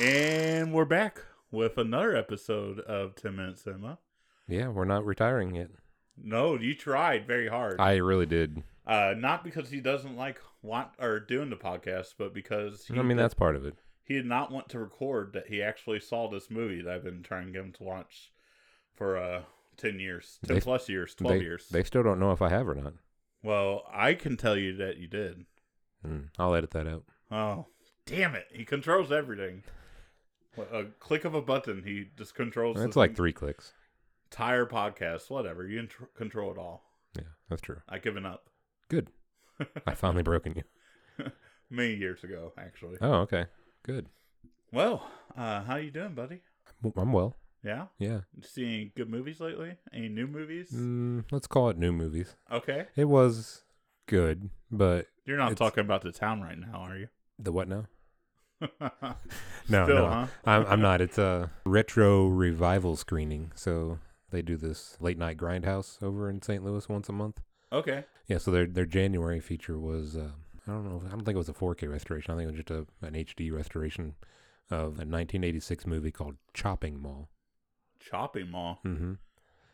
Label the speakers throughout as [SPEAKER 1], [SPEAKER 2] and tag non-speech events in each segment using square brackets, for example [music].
[SPEAKER 1] And we're back with another episode of 10 Minute Cinema.
[SPEAKER 2] Yeah, we're not retiring yet.
[SPEAKER 1] No, you tried very hard.
[SPEAKER 2] I really did.
[SPEAKER 1] uh, not because he doesn't like want or doing the podcast, but because he,
[SPEAKER 2] I mean, that's part of it.
[SPEAKER 1] he did not want to record that he actually saw this movie that I've been trying to get him to watch for uh, 10 years, 10
[SPEAKER 2] They-
[SPEAKER 1] plus years, 12
[SPEAKER 2] they,
[SPEAKER 1] years.
[SPEAKER 2] They still don't know if I have or not.
[SPEAKER 1] well, I can tell you that you did.
[SPEAKER 2] Mm, I'll edit that out.
[SPEAKER 1] Oh, damn it. He controls everything. With A click of a button, he just controls
[SPEAKER 2] That's
[SPEAKER 1] the
[SPEAKER 2] like three clicks.
[SPEAKER 1] entire podcast. Whatever. You can control it all.
[SPEAKER 2] Yeah, that's true.
[SPEAKER 1] I given up
[SPEAKER 2] Good. I finally broken you.
[SPEAKER 1] many years ago, actually.
[SPEAKER 2] Oh, okay. Good.
[SPEAKER 1] Well, uh, how you doing, buddy?
[SPEAKER 2] I'm- I'm well.
[SPEAKER 1] Yeah,
[SPEAKER 2] Yeah.
[SPEAKER 1] You see any good movies lately? Any new movies?
[SPEAKER 2] Mm, let's call it new movies.
[SPEAKER 1] Okay,
[SPEAKER 2] It was good, but
[SPEAKER 1] you're not
[SPEAKER 2] It's-
[SPEAKER 1] talking about the town right now, are you?
[SPEAKER 2] the what now? [laughs] No,
[SPEAKER 1] Still,
[SPEAKER 2] no.
[SPEAKER 1] huh?
[SPEAKER 2] I'm, I'm not. It's a retro revival screening. So they do this late night grindhouse over in St. Louis once a month.
[SPEAKER 1] Okay,
[SPEAKER 2] Yeah, so their their January feature was uh, I don't know I don't think it was a 4K restoration. I think it was just a, an HD restoration of a 1986 movie called Chopping Mall.
[SPEAKER 1] shopping mall.
[SPEAKER 2] hmm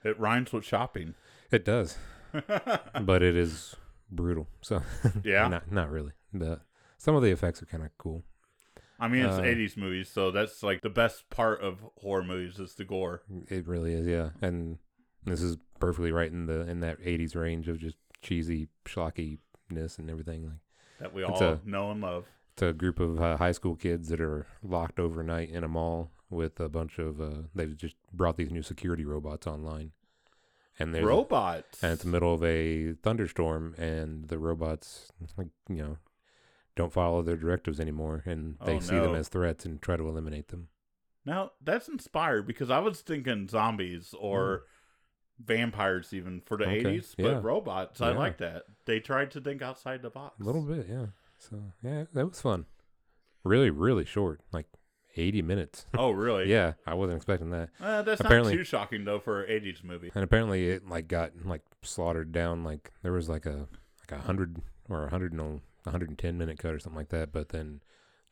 [SPEAKER 1] It rhymes with shopping. [laughs]
[SPEAKER 2] It does, but it is brutal. So [laughs]
[SPEAKER 1] Yeah.
[SPEAKER 2] not not really. The some of the effects are kind of cool.
[SPEAKER 1] I mean, it's
[SPEAKER 2] Uh,
[SPEAKER 1] '80s movies, so that's like the best part of horror movies is the gore.
[SPEAKER 2] It really is, yeah. And this is perfectly right in the in that 80s range of just cheesy schlockiness and everything. Like
[SPEAKER 1] that we
[SPEAKER 2] It's
[SPEAKER 1] all
[SPEAKER 2] a-
[SPEAKER 1] know and love.
[SPEAKER 2] It's a group of uh, high school kids that are locked overnight in a mall with a bunch of. Uh, they've just brought these new security robots online, and there's
[SPEAKER 1] Robots.
[SPEAKER 2] and it's the middle of a thunderstorm, and the robots, like, you know, don't follow their directives anymore, and they
[SPEAKER 1] Oh,
[SPEAKER 2] see them
[SPEAKER 1] no.
[SPEAKER 2] as threats and try to eliminate them.
[SPEAKER 1] now that's inspired because I was thinking zombies or vampires even for the
[SPEAKER 2] Hmm. Okay,
[SPEAKER 1] '80s, but
[SPEAKER 2] yeah.
[SPEAKER 1] robots. I
[SPEAKER 2] Yeah.
[SPEAKER 1] like that. They tried to think outside the box.
[SPEAKER 2] A little bit, yeah. So yeah, that was fun. Really, really short, like eighty minutes.
[SPEAKER 1] [laughs] Oh, really?
[SPEAKER 2] yeah, I wasn't expecting that.
[SPEAKER 1] Uh, that's
[SPEAKER 2] Apparently-
[SPEAKER 1] not too shocking though for an '80s movie.
[SPEAKER 2] and apparently it like got like slaughtered down like there was like a like a hundred or a hundred and a hundred and ten minute cut or something like that but then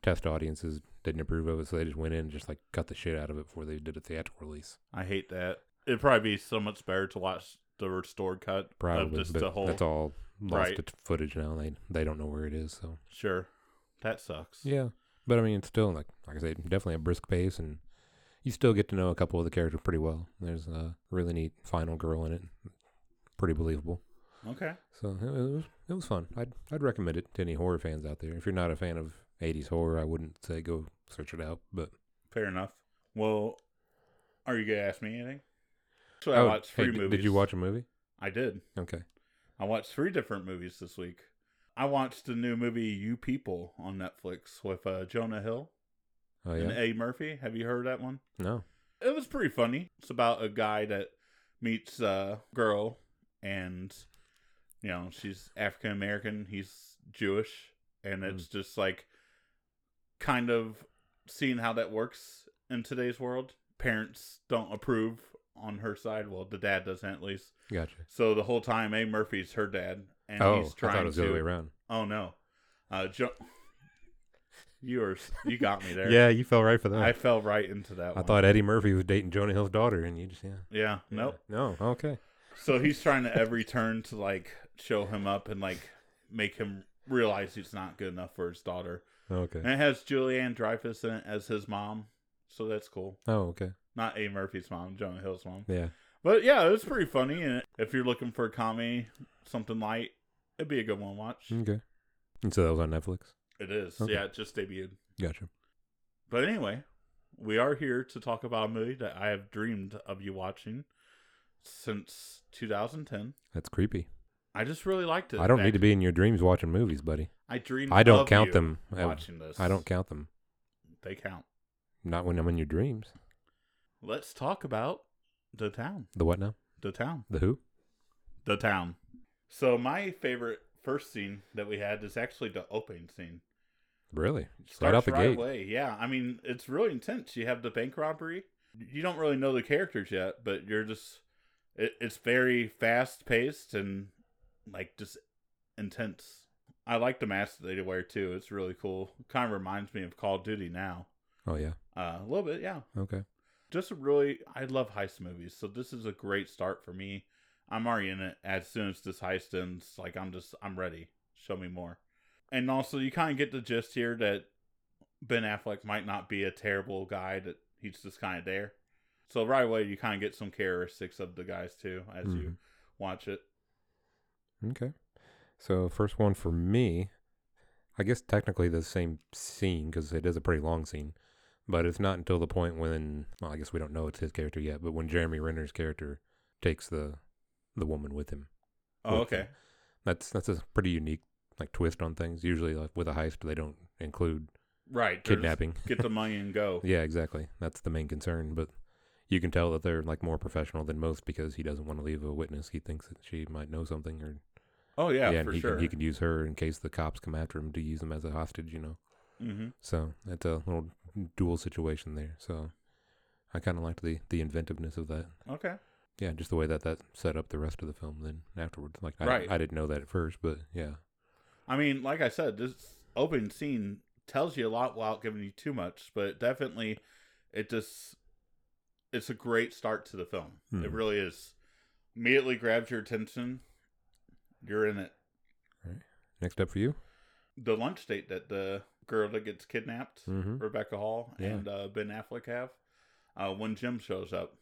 [SPEAKER 2] test audiences didn't approve of it so they just went in and just like cut the shit out of it before they did a theatrical release
[SPEAKER 1] I hate that. It'd probably be so much better to watch the restored cut of
[SPEAKER 2] probably
[SPEAKER 1] Oh, just
[SPEAKER 2] but
[SPEAKER 1] the whole.
[SPEAKER 2] that's all lost
[SPEAKER 1] Right.
[SPEAKER 2] to footage now they they don't know where it is so
[SPEAKER 1] Sure, that sucks.
[SPEAKER 2] yeah but i mean it's still like like i say definitely a brisk pace and you still get to know a couple of the characters pretty well there's a really neat final girl in it pretty believable
[SPEAKER 1] Okay.
[SPEAKER 2] So it was it was fun. I'd I'd recommend it to any horror fans out there. If you're not a fan of 80s horror, I wouldn't say go search it out. But
[SPEAKER 1] Fair enough. Well, are you gonna ask me anything? So I watched
[SPEAKER 2] Oh, hey,
[SPEAKER 1] three
[SPEAKER 2] d-
[SPEAKER 1] movies.
[SPEAKER 2] Did you watch a movie?
[SPEAKER 1] I did.
[SPEAKER 2] Okay.
[SPEAKER 1] I watched three different movies this week. I watched the new movie You People on Netflix with uh, Jonah Hill
[SPEAKER 2] Oh
[SPEAKER 1] and
[SPEAKER 2] yeah.
[SPEAKER 1] Eddie Murphy. Have you heard that one?
[SPEAKER 2] No.
[SPEAKER 1] It was pretty funny. It's about a guy that meets a girl, and you know she's African American. He's Jewish, and it's
[SPEAKER 2] Mm.
[SPEAKER 1] just like kind of seeing how that works in today's world. Parents don't approve on her side. Well, the dad doesn't at least.
[SPEAKER 2] Gotcha.
[SPEAKER 1] So the whole time, A. Murphy's her dad, and
[SPEAKER 2] oh,
[SPEAKER 1] he's
[SPEAKER 2] I
[SPEAKER 1] trying
[SPEAKER 2] thought it was
[SPEAKER 1] to.
[SPEAKER 2] the other way around.
[SPEAKER 1] Oh no, uh, jo- you are you got me there.
[SPEAKER 2] Yeah, you fell right for that.
[SPEAKER 1] I
[SPEAKER 2] I,
[SPEAKER 1] fell right into that. one.
[SPEAKER 2] thought Eddie Murphy was dating Jonah Hill's daughter, and you just yeah.
[SPEAKER 1] Yeah,
[SPEAKER 2] Yeah.
[SPEAKER 1] nope.
[SPEAKER 2] No. Okay.
[SPEAKER 1] So he's trying to every turn to like show him up and like make him realize he's not good enough for his daughter.
[SPEAKER 2] Okay.
[SPEAKER 1] And it has Julianne Dreyfus in it as his mom, so that's cool.
[SPEAKER 2] Oh, okay.
[SPEAKER 1] Not A. Murphy's mom, Jonah Hill's mom.
[SPEAKER 2] Yeah.
[SPEAKER 1] But yeah, it was pretty funny. And if you're looking for a comedy, something light, it'd be a good one to watch.
[SPEAKER 2] Okay. And so that was on Netflix.
[SPEAKER 1] It is.
[SPEAKER 2] Okay.
[SPEAKER 1] Yeah, it just debuted.
[SPEAKER 2] Gotcha.
[SPEAKER 1] But anyway, we are here to talk about a movie that I have dreamed of you watching since 2010.
[SPEAKER 2] That's creepy.
[SPEAKER 1] I just really liked it.
[SPEAKER 2] I don't
[SPEAKER 1] back
[SPEAKER 2] need to be in your dreams watching movies, buddy.
[SPEAKER 1] I dreamed.
[SPEAKER 2] I don't
[SPEAKER 1] of
[SPEAKER 2] count
[SPEAKER 1] you
[SPEAKER 2] them. I-
[SPEAKER 1] Watching this,
[SPEAKER 2] I don't count them.
[SPEAKER 1] They count.
[SPEAKER 2] Not when I'm in your dreams.
[SPEAKER 1] Let's talk about the town.
[SPEAKER 2] The what now?
[SPEAKER 1] The town.
[SPEAKER 2] The who?
[SPEAKER 1] The town. So my favorite first scene that we had is actually the opening scene.
[SPEAKER 2] Really?
[SPEAKER 1] Starts
[SPEAKER 2] out the
[SPEAKER 1] right
[SPEAKER 2] gate.
[SPEAKER 1] away. Yeah, I mean it's really intense. You have the bank robbery. You don't really know the characters yet, but you're just. It, it's very fast paced and like just intense. I like the mask that they wear too. It's really cool. Kind of reminds me of Call of Duty now.
[SPEAKER 2] Oh yeah.
[SPEAKER 1] Uh, a little bit, yeah.
[SPEAKER 2] Okay.
[SPEAKER 1] Just a really, I love heist movies, so this is a great start for me. I'm already in it as soon as this heist ends. Like I'm just, I'm ready. Show me more. And also, you kind of get the gist here that Ben Affleck might not be a terrible guy. That he's just kind of there. So right away, you kind of get some characteristics of the guys too as
[SPEAKER 2] Mm-hmm.
[SPEAKER 1] you watch it.
[SPEAKER 2] Okay. So first one for me, I guess technically the same scene because it is a pretty long scene, but it's not until the point when well, I guess we don't know it's his character yet, but when Jeremy Renner's character takes the the woman with him.
[SPEAKER 1] Oh,
[SPEAKER 2] Okay.
[SPEAKER 1] okay.
[SPEAKER 2] That's that's a pretty unique like twist on things. Usually like with a heist they don't include
[SPEAKER 1] Right. there's-
[SPEAKER 2] kidnapping.
[SPEAKER 1] Get the money and go.
[SPEAKER 2] [laughs] Yeah, exactly. That's the main concern, but you can tell that they're like more professional than most because he doesn't want to leave a witness. He thinks that she might know something or
[SPEAKER 1] Oh yeah,
[SPEAKER 2] and
[SPEAKER 1] for
[SPEAKER 2] he
[SPEAKER 1] sure.
[SPEAKER 2] can he can use her in case the cops come after him to use him as a hostage, you know.
[SPEAKER 1] hmm
[SPEAKER 2] So that's a little dual situation there. So I kind of liked the the inventiveness of that.
[SPEAKER 1] Okay.
[SPEAKER 2] Yeah, just the way that that set up the rest of the film. Then afterwards, like I,
[SPEAKER 1] Right.
[SPEAKER 2] I didn't know that at first, but yeah,
[SPEAKER 1] I mean, like I said, this opening scene tells you a lot without giving you too much, but definitely it just it's a great start to the film. It
[SPEAKER 2] Mhm.
[SPEAKER 1] really is. Immediately grabs your attention. You're in it.
[SPEAKER 2] next up for you.
[SPEAKER 1] The lunch date that the girl that gets kidnapped,
[SPEAKER 2] Mm-hmm.
[SPEAKER 1] Rebecca Hall
[SPEAKER 2] Yeah.
[SPEAKER 1] and uh, Ben Affleck have, uh, when Jim shows up.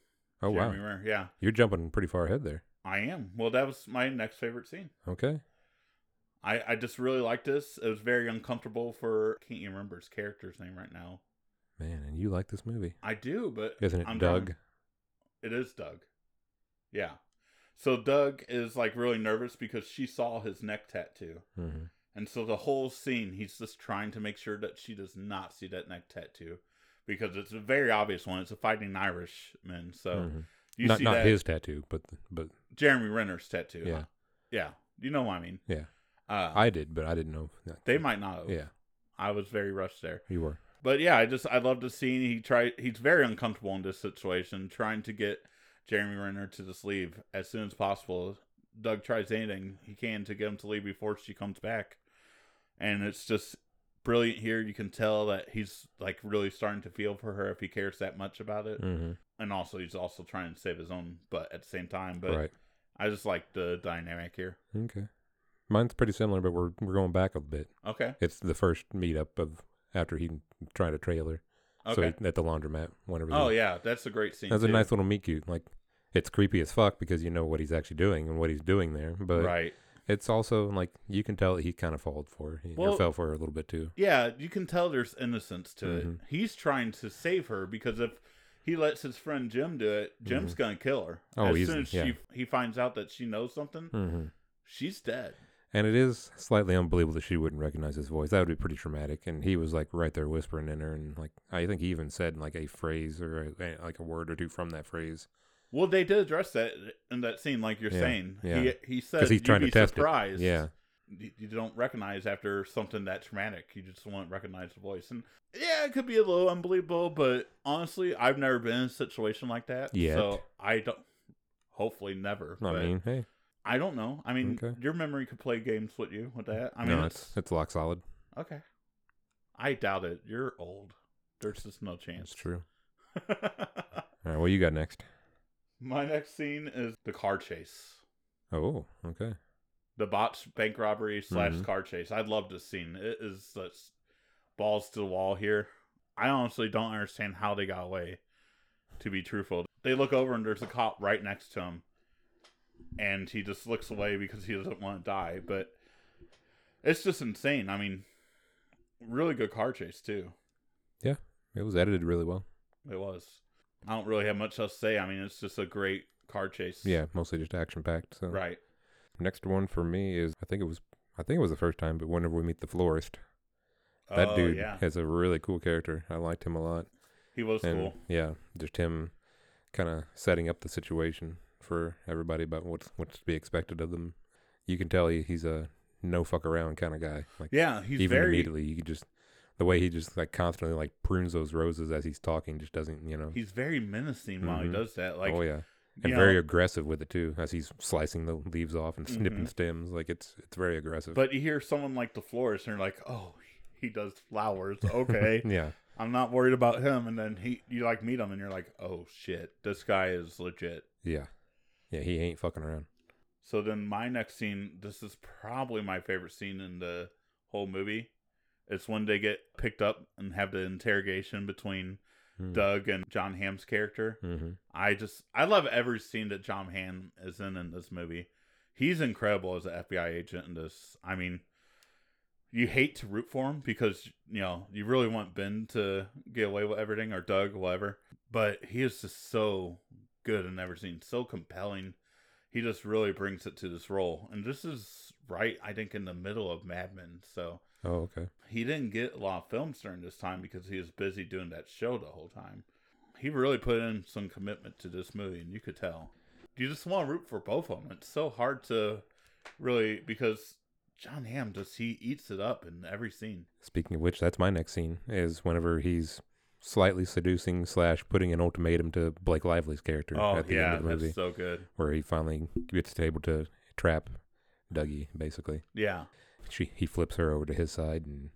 [SPEAKER 2] Oh wow,
[SPEAKER 1] Jeremy Renner. Yeah,
[SPEAKER 2] you're jumping pretty far ahead there.
[SPEAKER 1] I am. Well, that was my next favorite scene.
[SPEAKER 2] Okay,
[SPEAKER 1] I, I just really liked this. It was very uncomfortable for can't even remember his character's name right now.
[SPEAKER 2] man, and you like this movie,
[SPEAKER 1] I do, but
[SPEAKER 2] isn't it,
[SPEAKER 1] I'm
[SPEAKER 2] Doug?
[SPEAKER 1] drawing- It is Doug. Yeah. So Doug is like really nervous because she saw his neck tattoo,
[SPEAKER 2] Mm-hmm.
[SPEAKER 1] and so the whole scene he's just trying to make sure that she does not see that neck tattoo, because it's a very obvious one. It's a fighting Irishman, so you
[SPEAKER 2] Hmm. Mm-hmm. Not
[SPEAKER 1] see
[SPEAKER 2] not
[SPEAKER 1] that
[SPEAKER 2] his tattoo, but but
[SPEAKER 1] Jeremy Renner's tattoo.
[SPEAKER 2] Yeah.
[SPEAKER 1] huh? Yeah. You know what I mean?
[SPEAKER 2] Yeah.
[SPEAKER 1] Uh,
[SPEAKER 2] I did, but I didn't know.
[SPEAKER 1] they might not. Have.
[SPEAKER 2] Yeah,
[SPEAKER 1] I was very rushed there.
[SPEAKER 2] you were.
[SPEAKER 1] But yeah, I just I love the scene. He try he's very uncomfortable in this situation, trying to get Jeremy Renner to just leave as soon as possible. Doug tries anything he can to get him to leave before she comes back, and it's just brilliant. Here you can tell that he's like really starting to feel for her if he cares that much about it,
[SPEAKER 2] hmm
[SPEAKER 1] and also he's also trying to save his own butt at the same time. But
[SPEAKER 2] Right.
[SPEAKER 1] I just like the dynamic here.
[SPEAKER 2] Okay. Mine's pretty similar, but we're we're going back a bit.
[SPEAKER 1] Okay,
[SPEAKER 2] It's the first meetup of after he tried a trailer.
[SPEAKER 1] okay.
[SPEAKER 2] [laughs] So he, at the laundromat, whenever.
[SPEAKER 1] oh
[SPEAKER 2] he,
[SPEAKER 1] yeah, that's a great scene.
[SPEAKER 2] that's a
[SPEAKER 1] too.
[SPEAKER 2] nice little meet cute. Like it's creepy as fuck because you know what he's actually doing and what he's doing there, but
[SPEAKER 1] right.
[SPEAKER 2] it's also like you can tell that he kind of followed for her. he, or
[SPEAKER 1] Well-
[SPEAKER 2] fell for her a little bit too.
[SPEAKER 1] Yeah, you can tell there's innocence to it.
[SPEAKER 2] Mhm.
[SPEAKER 1] He's trying to save her because if he lets his friend Jim do it, Jim's gonna kill her.
[SPEAKER 2] Oh,
[SPEAKER 1] as
[SPEAKER 2] he's-
[SPEAKER 1] soon as
[SPEAKER 2] yeah.
[SPEAKER 1] she he finds out that she knows something,
[SPEAKER 2] Mm-hmm.
[SPEAKER 1] she's dead.
[SPEAKER 2] And it is slightly unbelievable that she wouldn't recognize his voice. That would be pretty traumatic. And he was like right there whispering in her, and like I think he even said like a phrase or a, like a word or two from that phrase.
[SPEAKER 1] Well, they did address that in that scene, like you're
[SPEAKER 2] Yeah,
[SPEAKER 1] saying.
[SPEAKER 2] yeah.
[SPEAKER 1] He he said
[SPEAKER 2] Because he's trying
[SPEAKER 1] you'd
[SPEAKER 2] to
[SPEAKER 1] be
[SPEAKER 2] test
[SPEAKER 1] surprised.
[SPEAKER 2] it. Yeah,
[SPEAKER 1] you, you don't recognize after something that traumatic. You just won't recognize the voice. And yeah, it could be a little unbelievable, but honestly, I've never been in a situation like that.
[SPEAKER 2] Yet.
[SPEAKER 1] So I don't. Hopefully, never.
[SPEAKER 2] I
[SPEAKER 1] but-
[SPEAKER 2] mean, hey,
[SPEAKER 1] I don't know. I mean,
[SPEAKER 2] Okay.
[SPEAKER 1] your memory could play games with you with that. I mean,
[SPEAKER 2] no,
[SPEAKER 1] it's,
[SPEAKER 2] it's it's lock solid.
[SPEAKER 1] okay. I doubt it. You're old. There's just no
[SPEAKER 2] It's
[SPEAKER 1] chance. [laughs]
[SPEAKER 2] true. All right, what you got next?
[SPEAKER 1] My next scene is the car chase,
[SPEAKER 2] Oh, okay.
[SPEAKER 1] the botch bank robbery slash
[SPEAKER 2] Mhm.
[SPEAKER 1] car chase. I love this scene. It is such balls to the wall here. I honestly don't understand how they got away. To be truthful, they look over and there's a cop right next to him, and he just looks away because he doesn't want to die. But it's just insane. I mean, really good car chase too.
[SPEAKER 2] It was edited really well.
[SPEAKER 1] It was. I don't really have much else to say. I mean, it's just a great car chase.
[SPEAKER 2] Yeah, mostly just action packed. So
[SPEAKER 1] Right.
[SPEAKER 2] next one for me is I think it was I think it was the first time, but whenever we meet the florist, that
[SPEAKER 1] oh,
[SPEAKER 2] dude
[SPEAKER 1] Yeah.
[SPEAKER 2] has a really cool character. I liked him a lot.
[SPEAKER 1] He was
[SPEAKER 2] and
[SPEAKER 1] cool.
[SPEAKER 2] yeah, just him kind of setting up the situation for everybody about what's what's to be expected of them. You can tell he, he's a no fuck around kind of guy. Like
[SPEAKER 1] Yeah. He's
[SPEAKER 2] even
[SPEAKER 1] very.
[SPEAKER 2] immediately, you could just the way he just like constantly like prunes those roses as he's talking just doesn't you know.
[SPEAKER 1] He's very menacing while he
[SPEAKER 2] Mhm.
[SPEAKER 1] does that. Like,
[SPEAKER 2] oh yeah.
[SPEAKER 1] you
[SPEAKER 2] and
[SPEAKER 1] know,
[SPEAKER 2] very aggressive with it too, as he's slicing the leaves off and snipping
[SPEAKER 1] Mhm.
[SPEAKER 2] stems. Like it's it's very aggressive. [laughs]
[SPEAKER 1] But you hear someone like the florist, and you're like, "Oh, he does flowers. Okay,
[SPEAKER 2] yeah,
[SPEAKER 1] I'm not worried about him. And then he, you like meet him, and you're like, oh shit, this guy is legit.
[SPEAKER 2] Yeah. Yeah, he ain't fucking around.
[SPEAKER 1] So then my next scene, this is probably my favorite scene in the whole movie. It's when they get picked up and have the interrogation between Doug and John Hamm's character.
[SPEAKER 2] Hmm. Mm-hmm.
[SPEAKER 1] I just I love every scene that John Hamm is in in this movie. He's incredible as an FBI agent in this. I mean, you hate to root for him because you know you really want Ben to get away with everything or Doug whatever, but he is just so good in every scene, so compelling. He just really brings it to this role, and this is right I think in the middle of Mad Men, so
[SPEAKER 2] Oh, okay.
[SPEAKER 1] he didn't get a lot of films during this time because he was busy doing that show the whole time. He really put in some commitment to this movie, and you could tell. You just want to root for both of them. It's so hard to really because John Hamm just he eats it up in every scene.
[SPEAKER 2] Speaking of which, that's my next scene is whenever he's slightly seducing slash putting an ultimatum to Blake Lively's character
[SPEAKER 1] Oh
[SPEAKER 2] at the
[SPEAKER 1] yeah,
[SPEAKER 2] end of the movie,
[SPEAKER 1] that's so good.
[SPEAKER 2] where he finally gets able to trap Dougie basically.
[SPEAKER 1] Yeah,
[SPEAKER 2] she he flips her over to his side and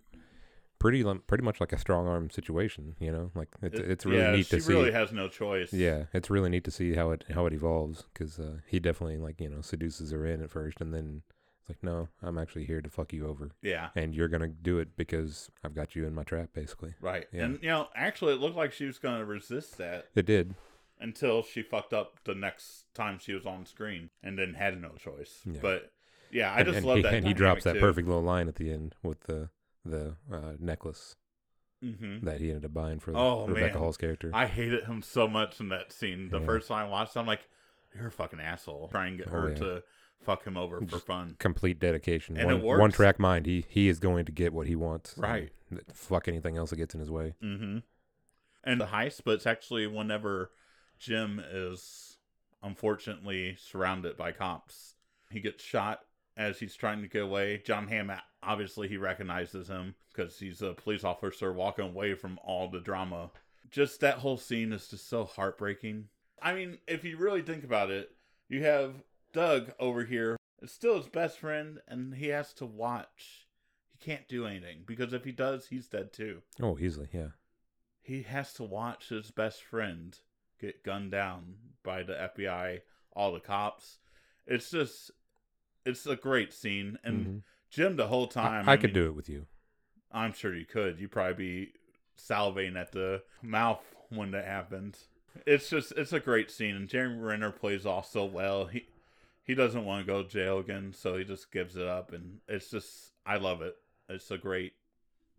[SPEAKER 2] pretty lum- pretty much like a strong arm situation you know like it's
[SPEAKER 1] It-
[SPEAKER 2] it's really
[SPEAKER 1] yeah,
[SPEAKER 2] neat
[SPEAKER 1] she
[SPEAKER 2] to see
[SPEAKER 1] really has no choice.
[SPEAKER 2] yeah it's really neat to see how it how it evolves because uh, he definitely like you know seduces her in at first and then it's like no i'm actually here to fuck you over
[SPEAKER 1] yeah,
[SPEAKER 2] and you're gonna do it because i've got you in my trap basically
[SPEAKER 1] right.
[SPEAKER 2] Yeah.
[SPEAKER 1] And you know, actually, it looked like she was going to resist that
[SPEAKER 2] it did
[SPEAKER 1] until she fucked up the next time she was on screen and then had no choice.
[SPEAKER 2] Yeah.
[SPEAKER 1] But yeah, I
[SPEAKER 2] And-
[SPEAKER 1] just
[SPEAKER 2] and
[SPEAKER 1] love
[SPEAKER 2] he,
[SPEAKER 1] that.
[SPEAKER 2] and he drops that
[SPEAKER 1] dynamic, too.
[SPEAKER 2] perfect little line at the end with the the uh, necklace
[SPEAKER 1] Mhm.
[SPEAKER 2] that he ended up buying for
[SPEAKER 1] Oh,
[SPEAKER 2] rebecca
[SPEAKER 1] man.
[SPEAKER 2] hall's character
[SPEAKER 1] I hated him so much in that scene. The
[SPEAKER 2] Yeah.
[SPEAKER 1] first time I watched, it, I'm like, "You're a fucking asshole!" Trying to get
[SPEAKER 2] Oh,
[SPEAKER 1] her
[SPEAKER 2] yeah.
[SPEAKER 1] to fuck him over for
[SPEAKER 2] Just-
[SPEAKER 1] fun.
[SPEAKER 2] complete dedication.
[SPEAKER 1] And
[SPEAKER 2] one,
[SPEAKER 1] it works.
[SPEAKER 2] one track mind. He he is going to get what he wants.
[SPEAKER 1] Right.
[SPEAKER 2] And th- fuck anything else that gets in his way.
[SPEAKER 1] hmm And the high split's actually whenever Jim is unfortunately surrounded by cops. He gets shot as he's trying to get away. John Hamm, obviously, he recognizes him because he's a police officer walking away from all the drama. Just that whole scene is just so heartbreaking. I mean, if you really think about it, you have Doug over here. It's still his best friend, and he has to watch. He can't do anything because if he does, he's dead too
[SPEAKER 2] Oh, easily. Yeah.
[SPEAKER 1] he has to watch his best friend get gunned down by the FBI, all the cops. It's just, it's a great scene. And
[SPEAKER 2] Mhm.
[SPEAKER 1] Jim, the whole
[SPEAKER 2] I-
[SPEAKER 1] time,
[SPEAKER 2] I, could
[SPEAKER 1] mean,
[SPEAKER 2] do it with you.
[SPEAKER 1] I'm sure you could. You'd probably be salivating at the mouth when that happened. It's just, it's a great scene, and Jeremy Renner plays off so well. He he doesn't want to go to jail again, so he just gives it up, and it's just, I love it. It's a great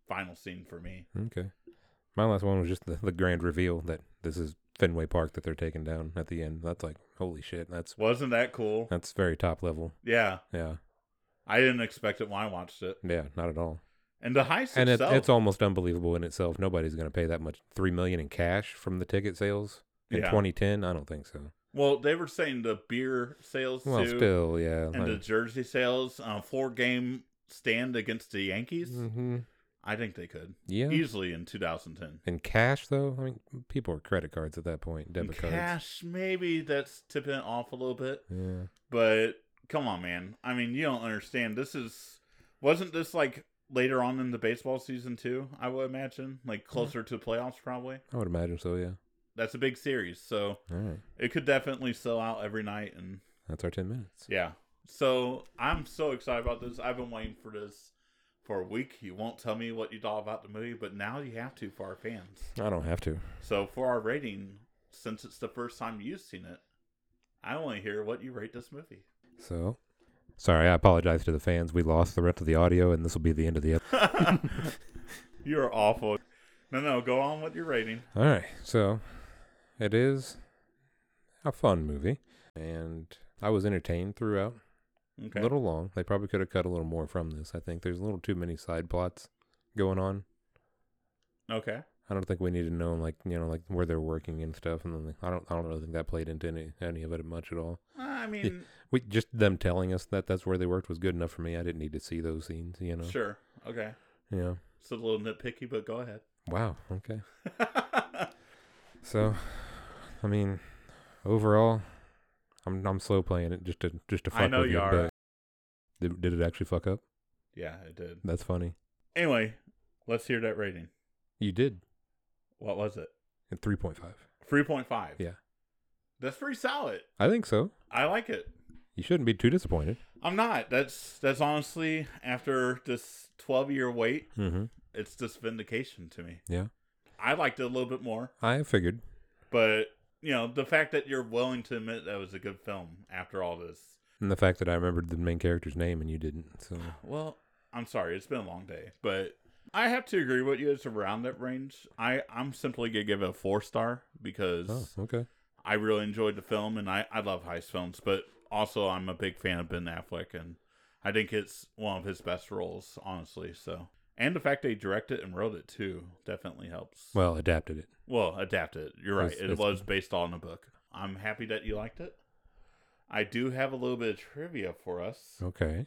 [SPEAKER 1] final scene for me.
[SPEAKER 2] Okay. My last one was just the, the grand reveal that this is Fenway Park that they're taking down at the end. That's like holy shit. That's
[SPEAKER 1] Wasn't that cool?
[SPEAKER 2] that's very top level.
[SPEAKER 1] Yeah.
[SPEAKER 2] Yeah.
[SPEAKER 1] I didn't expect it when I watched it.
[SPEAKER 2] Yeah. Not at all.
[SPEAKER 1] And the heist
[SPEAKER 2] And it,
[SPEAKER 1] itself,
[SPEAKER 2] it's almost unbelievable in itself. Nobody's gonna pay that much. Three million in cash from the ticket sales in
[SPEAKER 1] Yeah.
[SPEAKER 2] 2010. I don't think so.
[SPEAKER 1] well, they were saying the beer sales
[SPEAKER 2] Well,
[SPEAKER 1] too,
[SPEAKER 2] still, yeah.
[SPEAKER 1] and the jersey sales, uh, four game stand against the Yankees.
[SPEAKER 2] hmm
[SPEAKER 1] I think they could
[SPEAKER 2] Yeah.
[SPEAKER 1] easily in 2010.
[SPEAKER 2] In cash, though, I mean, people are credit cards at that point,
[SPEAKER 1] In
[SPEAKER 2] debit cards.
[SPEAKER 1] cash, maybe that's tipping it off a little bit,
[SPEAKER 2] Yeah,
[SPEAKER 1] but come on, man. I mean, you don't understand. This is wasn't this like later on in the baseball season too? I would imagine,
[SPEAKER 2] Mm.
[SPEAKER 1] like closer to playoffs, probably.
[SPEAKER 2] I would imagine so. Yeah.
[SPEAKER 1] That's a big series, so
[SPEAKER 2] All right,
[SPEAKER 1] it could definitely sell out every night and.
[SPEAKER 2] that's our ten minutes.
[SPEAKER 1] Yeah. So I'm so excited about this. I've been waiting for this for a week. You won't tell me what you thought about the movie, but now you have to for our fans.
[SPEAKER 2] I don't have to.
[SPEAKER 1] So for our rating, since it's the first time you've seen it, I want to hear what you rate this movie.
[SPEAKER 2] So, sorry, I apologize to the fans. We lost the rest of the audio, and this will be the end of the episode.
[SPEAKER 1] You're awful. No, no, go on with your rating.
[SPEAKER 2] All right, so it is a fun movie, and I was entertained throughout.
[SPEAKER 1] Okay.
[SPEAKER 2] A little long. They probably could have cut a little more from this. I think there's a little too many side plots going on.
[SPEAKER 1] Okay.
[SPEAKER 2] I don't think we need to know like you know like where they're working and stuff, and then I don't I don't really think that played into any any of it much at all.
[SPEAKER 1] I mean,
[SPEAKER 2] We just them telling us that that's where they worked was good enough for me. I didn't need to see those scenes, you know.
[SPEAKER 1] sure. Okay.
[SPEAKER 2] Yeah.
[SPEAKER 1] It's a little nitpicky, but go ahead. [laughs]
[SPEAKER 2] Wow. Okay. So, I mean, overall, I'm I'm slow playing it just to just to fuck
[SPEAKER 1] I know
[SPEAKER 2] with
[SPEAKER 1] you
[SPEAKER 2] you.
[SPEAKER 1] are.
[SPEAKER 2] But did, did it actually fuck up?
[SPEAKER 1] yeah, it did.
[SPEAKER 2] That's funny.
[SPEAKER 1] Anyway, let's hear that rating.
[SPEAKER 2] You did.
[SPEAKER 1] What was it?
[SPEAKER 2] and 3.5.
[SPEAKER 1] Three point five.
[SPEAKER 2] Yeah.
[SPEAKER 1] That's pretty solid.
[SPEAKER 2] I think so.
[SPEAKER 1] I like it.
[SPEAKER 2] You shouldn't be too disappointed.
[SPEAKER 1] I'm not. That's that's honestly after this 12 year wait,
[SPEAKER 2] Mm-hmm.
[SPEAKER 1] it's just vindication to me.
[SPEAKER 2] Yeah.
[SPEAKER 1] I liked it a little bit more,
[SPEAKER 2] I figured.
[SPEAKER 1] but you know the fact that you're willing to admit that was a good film after all this.
[SPEAKER 2] And the fact that I remembered the main character's name and you didn't. So
[SPEAKER 1] Well, I'm sorry, it's been a long day, but I have to agree with you. It's around that range. I I'm simply gonna give it a four star because
[SPEAKER 2] Oh, okay.
[SPEAKER 1] I really enjoyed the film, and I I love heist films, but also I'm a big fan of Ben Affleck, and I think it's one of his best roles, honestly. So, and the fact they directed and wrote it too definitely helps. Well,
[SPEAKER 2] Well, adapted it.
[SPEAKER 1] adapted. You're right.
[SPEAKER 2] It's-
[SPEAKER 1] it
[SPEAKER 2] it's-
[SPEAKER 1] was based on a book. I'm happy that you liked it. I do have a little bit of trivia for us.
[SPEAKER 2] Okay.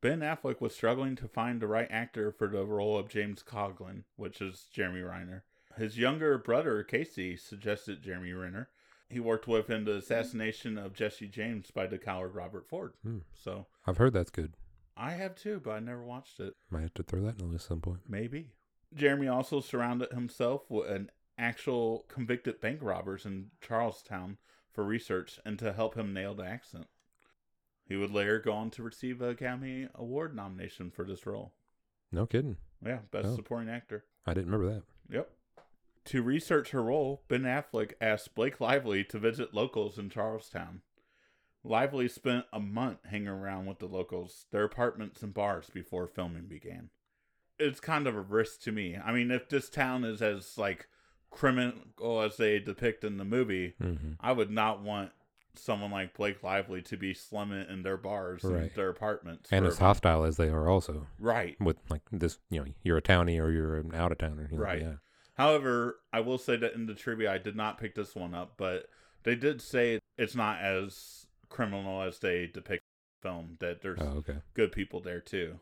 [SPEAKER 1] Ben Affleck was struggling to find the right actor for the role of James Coughlin, which is Jeremy Renner. His younger brother, Casey, suggested Jeremy Renner. He worked with in the assassination of Jesse James by the coward Robert Ford.
[SPEAKER 2] Hmm.
[SPEAKER 1] So
[SPEAKER 2] I've heard that's good.
[SPEAKER 1] I have too, but I never watched it.
[SPEAKER 2] Might have to throw that in the list at some point.
[SPEAKER 1] Maybe. Jeremy also surrounded himself with an actual convicted bank robbers in Charlestown for research and to help him nail the accent. He would later go on to receive an Academy Award nomination for this role.
[SPEAKER 2] No kidding.
[SPEAKER 1] Yeah, best
[SPEAKER 2] Oh.
[SPEAKER 1] supporting actor.
[SPEAKER 2] I didn't remember that.
[SPEAKER 1] Yep. To research her role, Ben Affleck asked Blake Lively to visit locals in Charlestown. Lively spent a month hanging around with the locals, their apartments and bars before filming began. It's kind of a risk to me. I mean, if this town is as like criminal as they depict in the movie,
[SPEAKER 2] Mm-hmm.
[SPEAKER 1] I would not want someone like Blake Lively to be slumming in their bars and
[SPEAKER 2] Right.
[SPEAKER 1] their apartments.
[SPEAKER 2] And
[SPEAKER 1] for-
[SPEAKER 2] as hostile as they are, also
[SPEAKER 1] right.
[SPEAKER 2] with like this, you know, you're a townie or you're an out of towner. You know,
[SPEAKER 1] Right.
[SPEAKER 2] Yeah.
[SPEAKER 1] However, I will say that in the trivia, I did not pick this one up, but they did say it's not as criminal as they depict in the film. That there's
[SPEAKER 2] Oh, okay.
[SPEAKER 1] good people there too.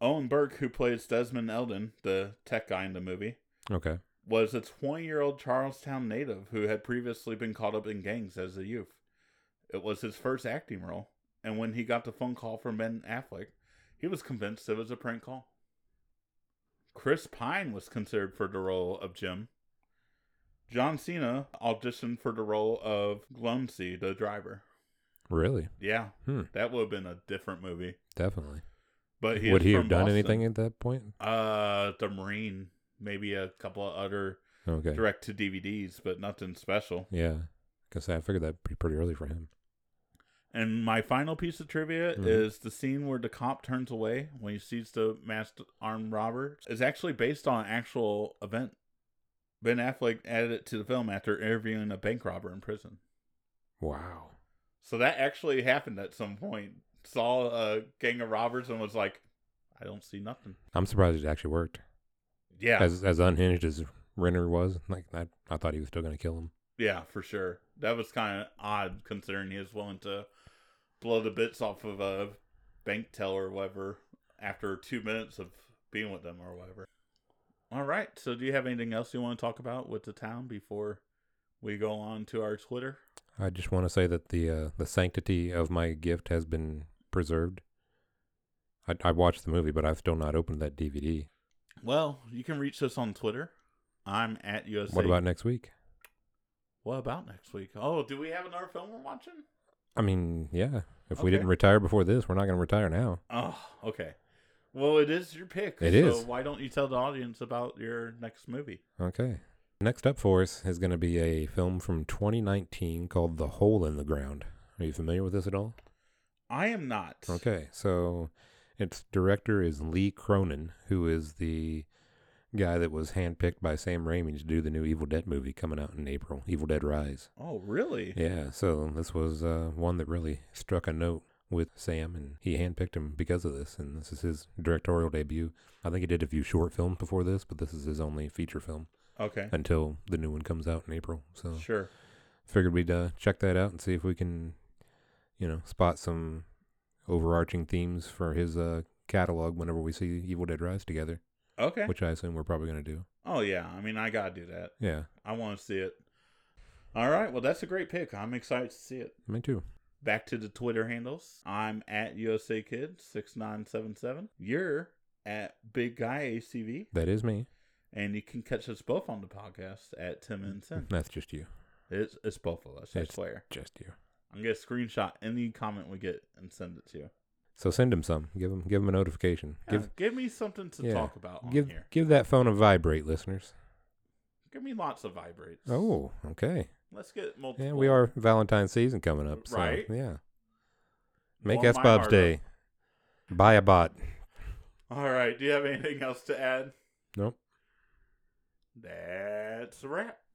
[SPEAKER 1] Owen Burke, who plays Desmond Eldon, the tech guy in the movie,
[SPEAKER 2] Okay.
[SPEAKER 1] was a 20 year old Charlestown native who had previously been caught up in gangs as a youth. It was his first acting role, and when he got the phone call from Ben Affleck, he was convinced it was a prank call. Chris Pine was considered for the role of Jim. John Cena auditioned for the role of Glumsy, the driver.
[SPEAKER 2] Really?
[SPEAKER 1] Yeah,
[SPEAKER 2] Hmm.
[SPEAKER 1] that would have been a different movie.
[SPEAKER 2] Definitely.
[SPEAKER 1] But he
[SPEAKER 2] Would
[SPEAKER 1] is
[SPEAKER 2] he
[SPEAKER 1] from
[SPEAKER 2] have done
[SPEAKER 1] Boston.
[SPEAKER 2] anything at that point?
[SPEAKER 1] Uh, the Marine, maybe a couple of other
[SPEAKER 2] Okay.
[SPEAKER 1] direct to DVDs, but nothing special.
[SPEAKER 2] Yeah. Because I figured that'd be pretty early for him.
[SPEAKER 1] And my final piece of trivia
[SPEAKER 2] Mhm.
[SPEAKER 1] is the scene where the cop turns away when he sees the masked armed robber is actually based on an actual event. Ben Affleck added it to the film after interviewing a bank robber in prison.
[SPEAKER 2] Wow.
[SPEAKER 1] So that actually happened at some point. Saw a gang of robbers and was like, I don't see nothing.
[SPEAKER 2] I'm surprised it actually worked.
[SPEAKER 1] Yeah.
[SPEAKER 2] As as unhinged as Renner was, like I, I thought he was still gonna kill him.
[SPEAKER 1] yeah, for sure. That was kind of odd considering he was willing to blow the bits off of a bank teller or whatever after two minutes of being with them or whatever. All right. So, do you have anything else you want to talk about with the town before we go on to our Twitter?
[SPEAKER 2] I just want to say that the uh, the sanctity of my gift has been preserved. I, I watched the movie, but I've still not opened that DVD.
[SPEAKER 1] Well, you can reach us on Twitter. I'm at USA.
[SPEAKER 2] What about next week?
[SPEAKER 1] what about next week? Oh, do we have another film we're watching?
[SPEAKER 2] I mean, yeah. If we
[SPEAKER 1] Okay.
[SPEAKER 2] didn't retire before this, we're not going to retire now.
[SPEAKER 1] Oh, okay. Well, it is your pick.
[SPEAKER 2] It
[SPEAKER 1] so
[SPEAKER 2] is.
[SPEAKER 1] Why don't you tell the audience about your next movie?
[SPEAKER 2] Okay. Next up for us is going to be a film from 2019 called The Hole in the Ground. Are you familiar with this at all?
[SPEAKER 1] I am not.
[SPEAKER 2] Okay, so its director is Lee Cronin, who is the guy that was handpicked by Sam Raimi to do the new Evil Dead movie coming out in April, Evil Dead Rise.
[SPEAKER 1] Oh, really?
[SPEAKER 2] Yeah, so this was uh, one that really struck a note with Sam, and he handpicked him because of this, and this is his directorial debut. I think he did a few short films before this, but this is his only feature film
[SPEAKER 1] Okay.
[SPEAKER 2] until the new one comes out in April. So
[SPEAKER 1] Sure.
[SPEAKER 2] figured we'd uh, check that out and see if we can, you know, spot some overarching themes for his uh, catalog whenever we see Evil Dead Rise together,
[SPEAKER 1] Okay.
[SPEAKER 2] which I assume we're probably going to do.
[SPEAKER 1] oh yeah. I mean, I gotta do that.
[SPEAKER 2] Yeah,
[SPEAKER 1] I want to see it. All right. Well, that's a great pick. I'm excited to see it.
[SPEAKER 2] me too.
[SPEAKER 1] Back to the Twitter handles. I'm at USA Kid six nine seven seven. You're at Big Guy ACV,
[SPEAKER 2] That is me.
[SPEAKER 1] And you can catch us both on the podcast at Tim and Tim.
[SPEAKER 2] That's just you.
[SPEAKER 1] It's, it's both of us, I
[SPEAKER 2] It's-
[SPEAKER 1] swear.
[SPEAKER 2] Just you.
[SPEAKER 1] I'm going to screenshot any comment we get and send it to you.
[SPEAKER 2] So send him some. Give him give him a notification.
[SPEAKER 1] Yeah,
[SPEAKER 2] Give
[SPEAKER 1] give, me something to
[SPEAKER 2] yeah.
[SPEAKER 1] talk about on
[SPEAKER 2] give
[SPEAKER 1] here.
[SPEAKER 2] give that phone a vibrate, listeners.
[SPEAKER 1] Give me lots of vibrates.
[SPEAKER 2] Oh, okay.
[SPEAKER 1] Let's get multiple.
[SPEAKER 2] Yeah, we are Valentine's season coming up. So,
[SPEAKER 1] Right.
[SPEAKER 2] Yeah. Make
[SPEAKER 1] Blow
[SPEAKER 2] S
[SPEAKER 1] my
[SPEAKER 2] Bob's
[SPEAKER 1] heart
[SPEAKER 2] day. Buy a bot.
[SPEAKER 1] All right. Do you have anything else to add?
[SPEAKER 2] Nope.
[SPEAKER 1] That's a wrap.